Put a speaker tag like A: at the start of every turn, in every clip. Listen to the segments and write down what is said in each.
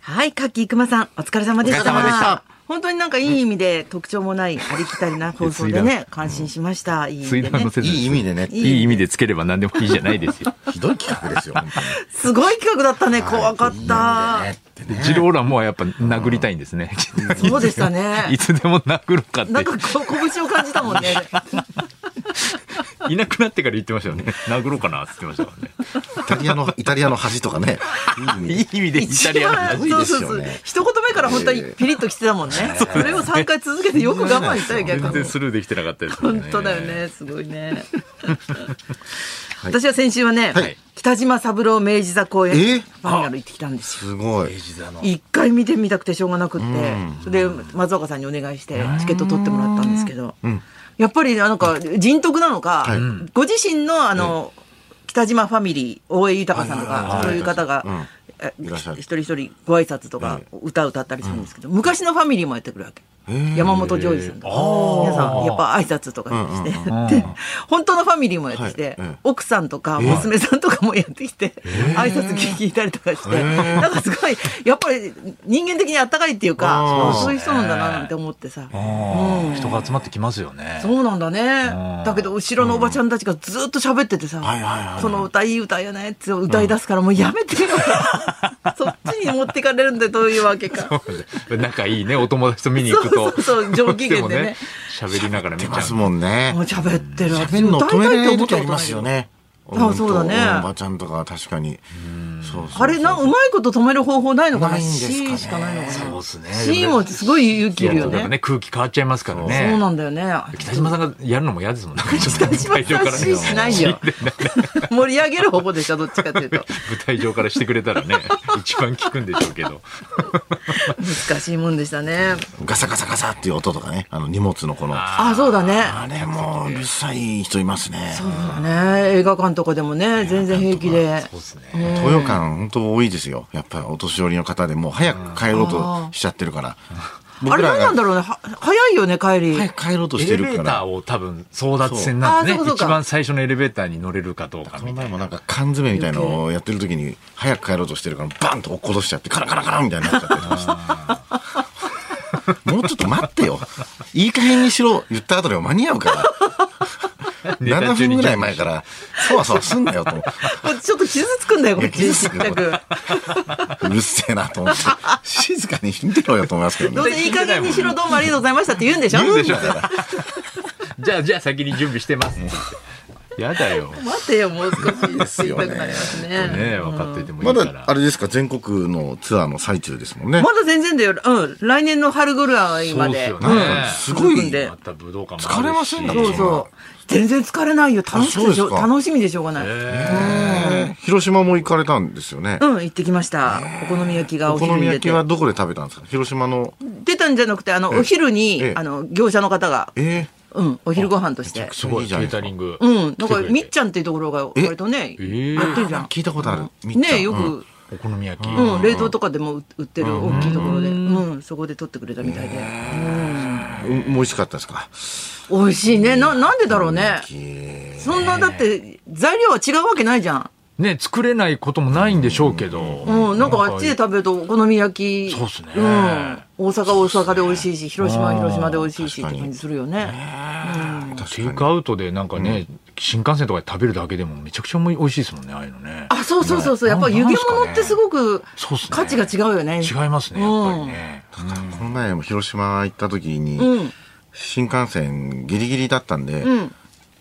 A: はい、カッキー熊さん、お疲れ様でした。
B: お疲れ様でした
A: 本当になんかいい意味で特徴もないありきたりな放送でね、感心しました。いい意味
C: 水
A: で
C: 難
A: ね
C: の。せ
B: い
C: ず
B: い意味でね、
A: い
C: いい意味でつければ何でもいいじゃないです よ。
B: ひどい企画ですよ、本当に
A: すごい企画だったね。怖かった。
C: でジローラモはやっぱ殴りたいんですね。
A: そうでしたね
C: いつでも殴ろうかって
A: なん。かこ拳を感じたもんね。
C: いなくなってから言ってましたよね。殴ろうかなって言ってました
B: イ
C: からね。
B: タリアの、イタリアの恥とかね。いい意
C: い
B: 味
C: い
B: で。
C: 意味でイタリア
B: ン
C: ン
B: の
A: そうそうそ
B: 多
A: う
B: いですよね
A: 一言目から本当にピリッときてたもんね。それを3回続けてよく我慢したよ、逆
C: 全
A: に
C: 然。スルーできてなかったです
A: 本当だよ。ね、すごいね。私は先週はね、
B: はい
A: 北島三郎明治座公演、
B: え
A: ファイナル行ってきたんですよ。
B: すごい。
A: 一回見てみたくてしょうがなくって、それで松岡さんにお願いしてチケット取ってもらったんですけど、やっぱりなんか人徳なのか、
B: はい
A: ご自身のあの、北島ファミリー大江豊さんと
B: はいはい
A: か
B: はい
A: そういう方が、え
B: いらっしゃる
A: 一人一人ご挨拶とか歌を歌ったりするんですけど、昔のファミリーもやってくるわけ。山本譲二さんとか皆さんやっぱ挨拶とかして、で 本当のファミリーもやってきて、
B: はいうん
A: 奥さんとか娘さんとかもやってきて、挨拶聞いたりとかして、なんかすごいやっぱり人間的にあったかいっていうか
B: あー
A: そういう人なんだななんて思ってさ。
C: うん人が集まってきますよね。
A: そうなんだね。だけど、後ろのおばちゃんたちがずっと喋っててさ
B: はいはいはいは、い
A: その歌いい歌よねって歌い出すから、もうやめ てよ。そっちに持ってかれるんで、どういうわけか。
C: 仲いいね、お友達と見に行く
A: そ
C: と。
A: うそうそう上機嫌でね
C: どうしてもね。喋りながら見
B: 出
C: ち
B: ま
C: ゃ
B: す
C: う。
B: もんね
A: もう。喋ってる。
B: 喋るの止められない時ありますよ
A: ね
B: ね。
A: あそうだね
B: 本当おばちゃんとか確かに。そうそうそう
A: あれな、うまいこと止める方法ないのかな
B: ないんですかね
A: ?C しかないのか
C: そう
A: な
C: ですね。
A: ?C もすごい勇気いるよ
C: だから
A: ね。
C: ね、空気変わっちゃいますからね。
A: そうなんだよね。
C: 北島さんがやるのも嫌ですも んね。北
A: 島さん C しない よ。 盛り上げる方法でしょ、どっちかっていうと。
C: 舞台上からしてくれたらね、一番効くんでしょうけど。
A: 難しいもんでしたね。
B: ガサガサガサっていう音とかね。あの荷物のこの。あ
A: あ、そうだね。
B: れもううるさい人いますね。
A: そうだね。映画館とかでもね、全然平気で。
C: そうですね。
B: 東洋館本当多いですよ。やっぱりお年寄りの方でもう早く帰ろうとしちゃってるから。
A: あれ何なん
B: だ
A: だろうね。は早いよね、帰り。
B: 早く帰ろうとし
C: エ
B: て
C: レベ
B: るか
C: ーター
B: ら。
C: を多分争奪戦なんで
A: あー
C: す
A: そうか
C: ね。
A: そうか
C: 一番最初のエレベーターに乗れるかどう
B: こ
C: か
B: の
C: みた
B: 前
C: いな。
B: もなんか缶詰みたいのをやってる時に早く帰ろうとしてるからバンと落っことしちゃってカラカラカラみたいになっちゃってました。もうちょっと待ってよ。 いい加減にしろ言った後でも間に合うから。
C: ネタ
B: 7
C: 中に
B: 分ぐらい前から、そわそわすんなよと思って。
A: こっちちょっと傷つくんだよ、こっ
B: い
A: ち。
B: や
A: ち
B: 傷
A: っち
B: つく
A: ゃく。
B: うるせえなと思って。静かに見てろよと思いますけ ど
A: ど
B: ね。
A: うせいい加減にしろ、どうもありがとうございましたって言うんでしょ
C: でしょ じゃあ、じゃあ先に準備してますって。 やだよ。
A: 待てよ、もう少し。
B: すよ
A: 言
B: ね
A: いたくなります
C: ね分かっていてもい
B: ま
C: いから。
B: だあれですか、全国のツアーの最中ですもんね。
A: まだ全然だよ。うん。来年の春ぐらいまで。
C: そうですよ
B: なん
C: ね
B: かすご
A: 続くん
B: い、
A: で
C: また武道館もあるし
B: 疲れませんだ
A: そうそう。全然疲れないよ。楽しくてしょ
B: あそうですか
A: 楽しみでしょうがない。
B: えー広島も行かれたんですよね。
A: うん、行ってきました。お好み焼きがお
B: お好
A: 昼に
B: み
A: 出
B: 焼き
A: て。
B: はどこで食べたんですか広島の。
A: 出たんじゃなくて、あの、お昼
B: え
A: に
B: え、
A: あの、業者の方が、
B: え
A: うん、お昼ご飯とし
B: めち
A: て
B: ゃく。ち
C: す
B: ゃ
C: ご
B: い
C: い、
B: いじゃ
C: ケ
B: ない
C: ー
B: です
C: タ
B: か
C: リング。
A: うん、なんか、みっち
C: ゃ
A: ゃんっていうところが、割とね、
C: ええ
A: やってるじゃ
B: ー
A: ん。
B: 聞いたことある。みっちゃん
A: ねよ。
B: うん
A: く、
C: お好み焼き。
A: うん、冷凍とかでも売売ってる大きいところで、うん、そこで取ってくれたみたいで。
B: うん美味しかったですか
A: 美味しいね。な、なんでだろうね。
B: え
A: そんな、だって、材料は違うわけないじゃん。
C: ね、作れないこともないんでしょうけど。
A: うん、なんかあっちで食べるとお好み焼き。
C: そうっすね
A: うん。大阪は大阪で美味しいし、広島は広島で美味しいしって感じするよね。
B: ー
C: テイ
B: 確
C: ク
B: か
C: アウトでなんかね、新幹線とかで食べるだけでもめちゃくちゃ美味しいですもんね、ああいうのね。
A: あ、そうそうそうそう。やっぱ
C: な
A: 湯気
C: なんすかね
A: 物ってすごく
C: そうっすね
A: 価値が違うよね。
C: 違いますね、やっぱりね。
B: に。この前も広島行った時
A: う
B: に
A: ん、
B: 新幹線ギリギリだったんで、
A: うん。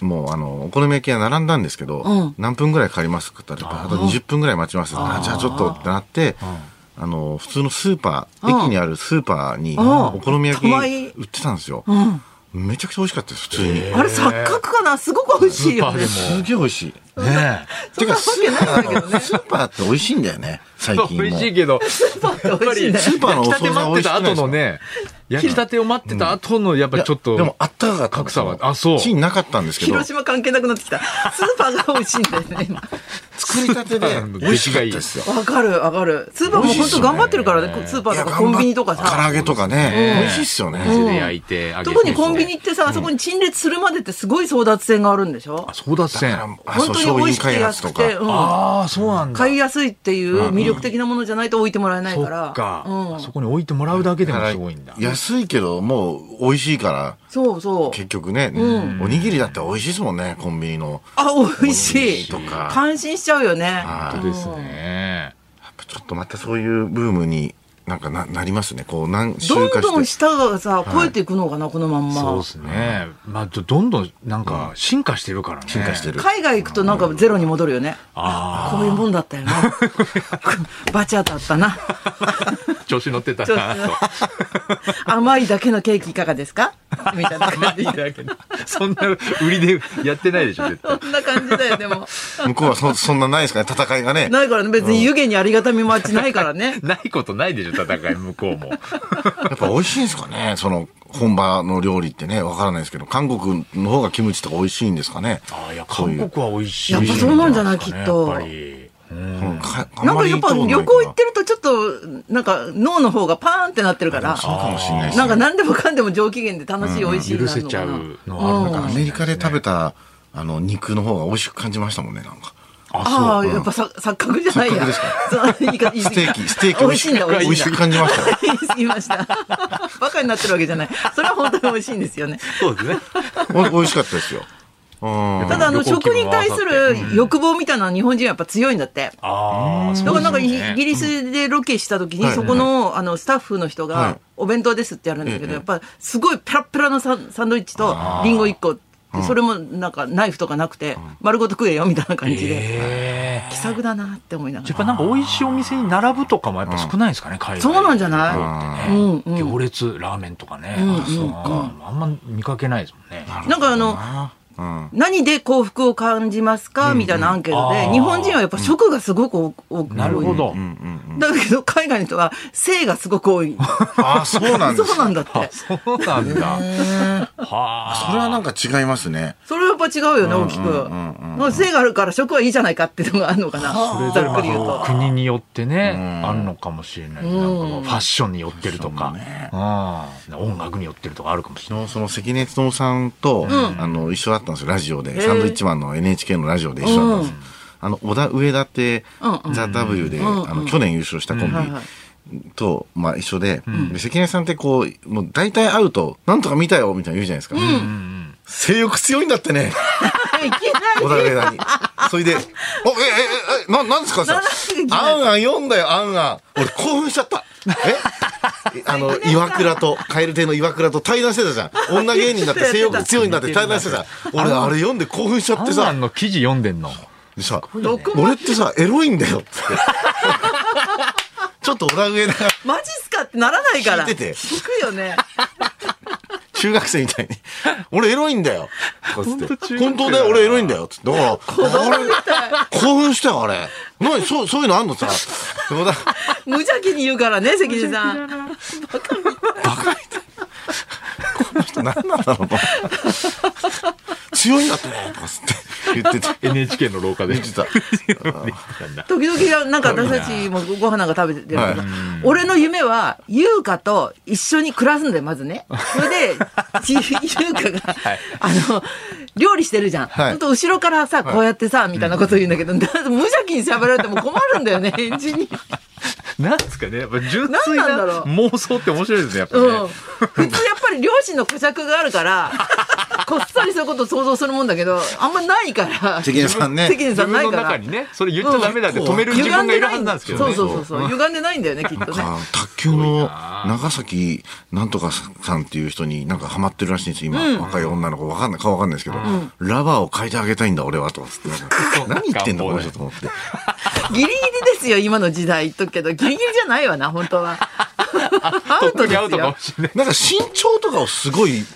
B: もうあの、お好み焼き屋並んだんですけど、
A: うん
B: 何分ぐらいかかりますかって言ったら、あと20分ぐらい待ちます。あじゃあちょっとってなって、あの、普通のスーパー、
A: うん
B: 駅にあるスーパーに、
A: ん
B: お好み焼き
A: たまに
B: 売ってたんですよ。
A: うん。
B: めちゃくちゃ美味しかったです、普通に。
A: あれ錯覚かなすごく美味しいよね。
C: スー
B: すげえ美味しい。
C: ね
B: てか、ス
A: そんな
B: ー
A: わけな
B: パ
A: いんだけど
B: ー、スーパーって美味しいんだよね、最近も。
C: 美味し いけど、
A: 美味しいね。
B: スーパーのお惣菜美味しくないですか
C: 焼きたて待ってた後のね、焼きたてを待ってた後の、やっぱ
B: い
C: り
B: や
C: ちょっと。
B: でもあったかかったんで
C: 格
B: すよ。
C: 差は、あ、そう。
B: チンなかったんですけど、
A: 広島関係なくなってきた。スーパーが美味しいんだよね。今
B: 作りたてで美味しかったですよ。
A: わかるわかる。スーパーも本当頑張ってるからね、スーパーとかコンビニとか
B: いや唐揚
A: さ。
B: げとかね、美味しいっすよね。
C: 手で焼いて揚げて
A: 特にコンビニってさ、あそこに陳列するまでってすごい争奪戦があるんでしょ
C: あ争奪戦
B: あのあそ
A: 本当に美
B: う商
A: 味
B: 品
A: しくて
B: 開発
A: 安
B: と
A: く
B: か。
A: て、うん
C: ああそうなんだ
A: 買いやすいっていう魅力的なものじゃないと置いてもらえない
C: そ
A: か
C: っ
A: ら。
C: か、
A: うん
C: あそこに置いてもらうだけでもすごいんだ
B: 安いけど、もう美味しいから、
A: そうそう。
B: 結局ね、おにぎりだって美味しいですもんね、コンビニの。
A: あ、美味しい。
B: とか。
A: 感心しちゃうよね。
B: はい
C: 本当ですね
B: ちょっとまたそういうブームになんかななりますね。こう、何週
A: どん
B: か
A: どん
B: して。
A: 舌がさ、超えていくのかな、このまん
C: そう
A: ま
C: で。すね、まあ、どどんどんなんか進化してるからね
B: 進化してる。
A: 海外行くとなんかゼロに戻るよね。
C: あ
A: こういうもんだったよな。バチ当たったな。
C: あ 調子乗ってたなと
A: 甘いだけのケーキいかがですかみ たいな感じ。
C: だけど そんな売りでやってないでしょ絶対
A: そんな感じだよ、でも。
B: 向こうはそそんなないですかね、戦いがね。
A: ないからね、別に湯気にありがたみ待ちないからね。
C: ないことないでしょ戦い向こうも
B: やっぱ美味しいんですかね、その本場の料理ってね、わからないですけど、韓国の方がキムチとか美味しいんですかね。
C: ああいや
B: そうい
C: 韓
B: う
C: 国は美味しい
A: やっぱそうなんじゃない
C: ですかね
A: きっと
C: やっぱり
B: うんかあん
A: なん
B: ま
A: か
B: り
A: やっ
B: 行た
A: ぱ
B: こ
A: 旅
B: とないから
A: 行行ってるとちょっと、なんか脳の方がパーンってなってるから、
B: そうかもしれないですね
A: なんか何でもかんでも上機嫌で楽しい美味しいに
C: 許
A: なる
C: せ
A: の
C: ち
A: か
C: ゃ
A: な。
C: うのはあるのか
B: ア
C: もしれない
B: メリカで食べた、あの、肉の方が美味しく感じましたもんね、なんか。
A: ああ、やっぱさ錯覚じゃないや。そう言い方言い過
B: ス
A: ぎ
B: テー
A: た
B: キ、ステーキ
A: 美味しいんだ、美
B: 美
A: 味
B: 味
A: し
B: し
A: いん
B: く
A: だ。
B: 感じましたよ。
A: 言い過ぎました。バカになってるわけじゃない。それは本当に美味しいんですよね。
C: そうですね
B: お美味しかった ですよ。うん。
A: ただ、あの、
C: 旅行気
A: 食
C: 分
A: に対する欲望みたいなのは日本人はやっぱ強いんだって。
C: ああそ
A: だ
C: う
A: か
C: で
A: らな
C: す
A: んかイギ
C: ね
A: イギリスでロケした時に、
B: はい
A: そこのあのスタッフの人
B: は
A: が
B: い、
A: お弁当ですってやるんだけ
B: え
A: ど、
B: え
A: やっぱすごいペラッペラのサンサンドイッチとリンゴ1個で、それもなんかナイフとかなくて、丸ごと食えよみたいな感じで、
C: ええ
A: 気さくだなって思いなが
C: やっ
A: ら。
C: ぱなんか美味しいお店に並ぶとかもやっぱ少ないですかね、海外
A: そうなんじゃないう
C: ね
A: んうん
C: 行列ラーメンとかね、
A: ん
C: あそうか、あんま見かけないですもんね
A: なんかあの、
B: うん。
A: 何で幸福を感じますかみたいなアンケート
C: あ
A: で、
C: ー
A: 日本人はやっぱ食がすごく多多く
C: なるほ。ど、
B: うんうん。
A: だけど、海外の人は性がすごく多い。
B: ああ、そうなんです
A: そうなん
B: だ。
A: だって。
C: そうなんだはあ
B: それはなんか違いますね。
A: それはやっぱ違うよね、大きく。まあ性があるから食はいいじゃないかっていうのがあるのかな。
C: そ
A: ざ
C: れぞ
A: っくり
C: れ
A: 言う
C: まあ
A: と。
C: 国によってね、
B: うん
C: あるのかもしれないですなんかこうファッションに寄ってるとか、うん音楽に寄ってるとかあるかもしれな
B: 昨
C: い
B: 日その関根勤さんと、あの、一緒だったんですよ、ラジオで。
A: ー
B: サンドイッチマンの NHK のラジオで一緒だったんです。あの、小田上田って、
A: うん
B: ザ・ W で、
A: んうん
B: あの、去年優勝したコンビ。
A: はいはい
B: と、まあ、一緒で、で関根さんってこう、もう大体会うと、なんとか見たよ、みたいな言うじゃないですか。性欲強いんだってね、
A: いき
B: 小
A: な
B: 田
A: り。
B: 上田に。それで、お、え、え、え、え、な、なんですかさ
A: なんですかいき、なり
B: あんあん読んだよ、あんあん。俺興奮しちゃった。ええあの、岩倉と、蛙亭の岩倉と対談してたじゃん。女芸人だって性欲強いんだって対談してたじゃん。俺、あれ読んで興奮しちゃって
C: アンア
B: さ
C: ン、の記事読んでんの
B: でさ、
A: 毒
B: 俺ってさ、エロいんだよ、つって。 ちょっと小田上田が
A: マジっすかってならないから。
B: 聞いてて
A: 聞くよね。
B: 中学生みたいに「俺エロいんだよ」とかつって
C: 本
B: 本当
C: 当中学生だな
B: だよ俺エロいんだよ」つってだからあれ興奮したよあれ何そうそういうのあんのさそうだ
A: 無邪気に言うからね、関根さん。
B: 何なんだろうと強いんだってねとかつって言ってて
C: NHK の廊 下で
B: 言ってた
A: 時々、なんか私たちもご飯なんか食べてるけど、
B: はい
A: 俺の夢は、優香と一緒に暮らすんだよ、まずね。それで、 優香が、あの、料理してるじゃん。
B: はい
A: ほんと後ろからさ、こうやってさ、みたいなこと言うんだけど、だ無邪気に喋られても困るんだよね、返事に。
C: なんですかねやっぱ純
A: なん
C: 粋
A: なんだ
C: な
A: ろう
C: 妄想って面白いですねやっぱね、
A: うん、普通やっぱり両親の呵責がある から、こっそりそういうことを想像するもんだけど、あんまないから。
B: 関根さん
A: 関
B: ね
A: 根
C: 自
A: さん
C: 分
A: ない
C: の
A: か
C: 中
A: ら。
C: にねそれ言っちゃダメだって止める自分がいるはずなんですけどね
A: そうそうそうそう。歪んでないんだよね、きっとね。
B: あ卓球の長崎なんとかさんっていう人になんかハマってるらしいんですよ今、若い女の子わかんない顔わかんないですけど、ラバーを変えてあげたいんだ俺はとかつってなんか
C: そう
B: 何言ってんだ
C: な
B: この
C: かもうね
B: 人と思って
A: ギリギリですよ、今の時代言っとくけど。ギリギリじゃないわな、本当 は。アウ
C: 本
A: ト
C: 当
A: で
C: に
A: す
C: アウトか
A: よ
C: も。しれない
B: なんか身長とかをすごい、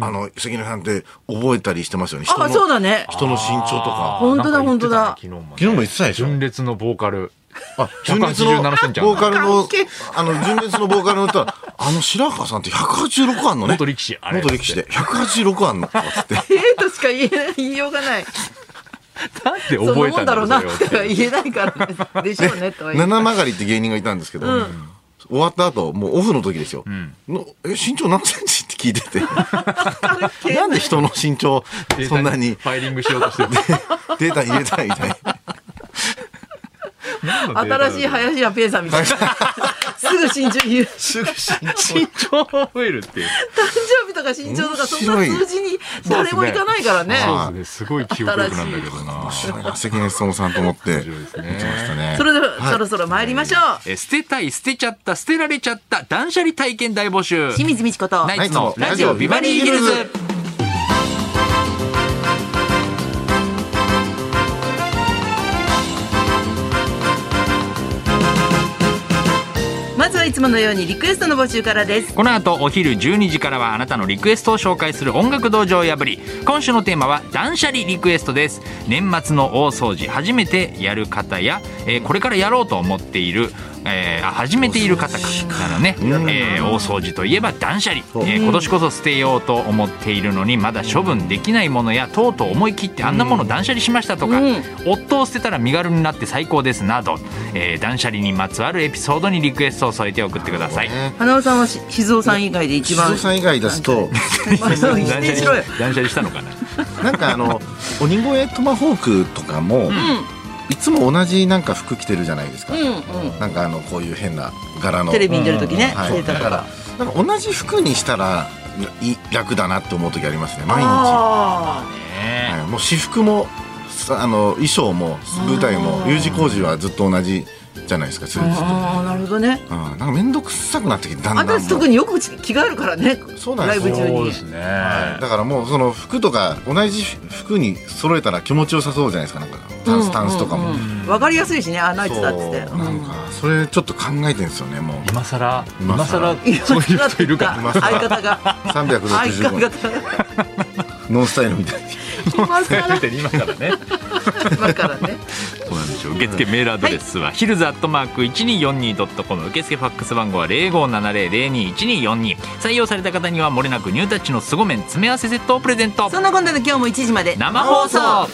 B: あの、関根さんって覚えたりしてますよね。人の
A: あ、そうだ ね。
B: 人の身長とか。
A: 本当だ
C: なんか言って
A: 本当
C: た
A: だ
C: 昨日もね
B: 昨日も言ってたでしょ
C: 純烈のボーカル
B: あ、純烈の
C: 187センチある
B: ボーカル
A: あ
B: の
A: 関係、
B: あの、純烈のボーカルの歌は、あの白川さんって186あんのね。
C: 元力士あれ
B: 元力士で。186あんの。つって。
A: ええとしか言え言いようがない。
C: なんで
A: そんな
C: 覚え
A: も
C: た
A: ん
C: ん
A: だ
C: だ
A: ろ
C: ろ
A: う
C: う
A: な
C: な
A: っては言えないから、でしょうねと は言う。
B: 七曲りって芸人がいたんですけど、終わった後、もうオフの時ですよ。のえ、身長何センチって聞いてて。なんで人の身長、そんなに
C: ファイリングしようとしてる。
B: データに入れたいみたいな。
A: 新 しい
C: 早
A: 林家ペイさんみ たいな。すぐ身長言う。
B: すぐ身
C: 身長を増えるっていう。
A: 誕生日とか身長とかそんな数字に誰もいかないからね。
C: そうですね。すごい記憶力なんだけどな。
B: 長。関根勤さんと思って。
C: 面白いです
B: 言ってまし
C: ね。
B: たね
A: そ。れではそろそろ参りましょう。
C: えー捨てたい、捨てちゃった、捨てられちゃった、断捨離体験大募集。
A: 清水美智子と。
C: ナイ
B: イ
C: ツ
B: ツ
C: の
B: の
C: ラ
B: ラ
C: ジ
B: ジ
C: オ
B: オ
C: ビ
B: ビ
C: バ
B: バ
C: リ
B: リ
C: ー
B: ー
C: ヒ
B: ヒ
C: ル
B: ル
C: ズ
B: ズ。
A: まずはいつものようにリクエストの募集からです。
C: この後お昼12時からはあなたのリクエストを紹介する音楽道場を破り今週のテーマは断捨離リクエストです年末の大掃除初めてやる方や、えーこれからやろうと思っている、えーあ始めている方かならね、えー大掃除といえば断捨離、えー今年こそ捨てようと思っているのにまだ処分できないものやとうとう思い切ってあんなもの断捨離しましたとか、
A: うん
C: 夫を捨てたら身軽になって最高ですなど、えー断捨離にまつわるエピソードにリクエストを添えて送ってください。
A: 花尾さんはし静雄さん以外で一
B: 静
A: 番。
B: 雄さん以外出すと、
A: まあそう否定しろよ。
C: 断捨離したのかな
B: なんかあの、鬼越トマホークとかも、いつも同じなんか服着てるじゃないですか。
A: うんうん。
B: なんかあの、こういう変な柄の。
A: テレビに出る時ね、
B: は
A: 着て
B: い、
A: た
B: だ
A: か
B: か
A: らら。
B: なんか同じ服にしたらい楽だなって思う時ありますね毎日、は
A: ああ。
B: い、もう私服もさあの衣装も舞台も
A: あー
B: U 字工事はずっと同じじゃないですかスーツと
A: ああ、なるほどね。
B: うん、なんか面倒くさくなってきてだんだ
A: あ
B: んもう
A: た特によく着替えるからね。
B: そうなん
A: ラ
B: で
A: イ
B: す
A: ブ
B: よ
A: 中に。
C: ね
B: だからもうその服とか同じ服に揃えたら気持ちよさそうじゃないですかなんかタンスタンスとかも、
A: うんうんうんわかりやすいしね、あ、ナイ
B: そ
A: ツ
B: う
A: だっつって。う
B: なん
A: ん
B: かそれちょっと考えてるんですよ ねもう
C: 今さら今
B: 今
C: さ
B: 更
C: らそういう人いるか
B: 今更
A: 相方が。 相
B: 365
A: 方が
B: の。ノンスタイルみたいに
A: 今更
C: な今からね
A: 今から ね。
C: そうなんですよ受付メールアドレスは、ヒルズアットマーク 1242.com 受付ファックス番号は0570021242採用された方にはもれなくニュータッチの凄麺詰め合わせセットをプレゼント
A: そんなこんなで今日も1時まで
C: 生放送
D: 放送